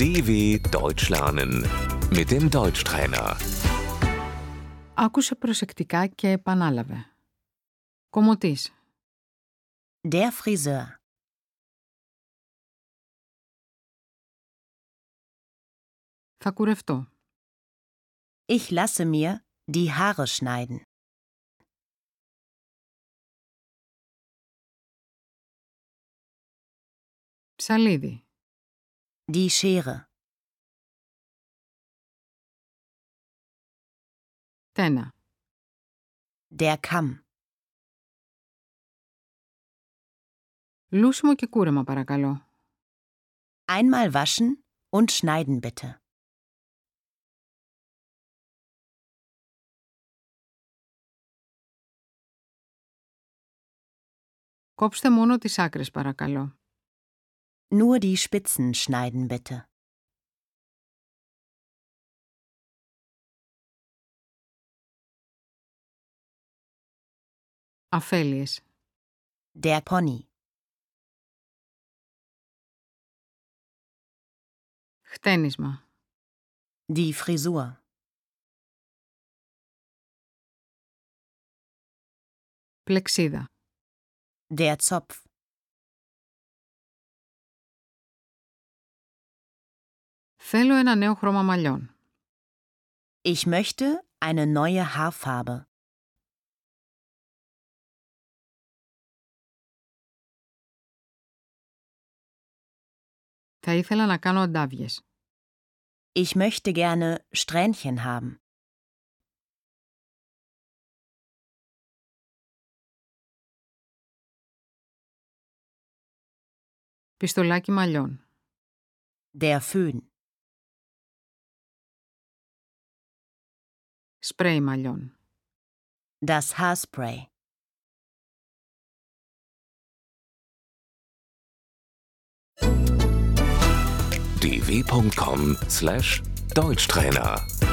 DW Deutsch lernen mit dem Deutschtrainer. Άκουσε προσεκτικά και επανάλαβε. Κομωτής. Der Friseur. Θα κουρευτώ. Ich lasse mir die Haare schneiden. Ψαλίδι. Die Schere. Τένα. Der Kamm. Λούσιμο και κούρεμα παρακαλώ. Einmal waschen und schneiden bitte. Κόψτε μόνο τις άκρες παρακαλώ. Nur die Spitzen schneiden bitte. Αφέλειες. Der Pony. Χτένισμα. Die Frisur. Πλεξίδα. Der Zopf. Θέλω ένα νέο χρώμα μαλλιών. Ich möchte eine neue Haarfarbe. Θα ήθελα να κάνω αντάβιες. Ich möchte gerne Strähnchen haben. Πιστολάκι μαλλιών. Der Föhn. Σπρέι μαλλιών. Das Haarspray. dw.com/deutschtrainer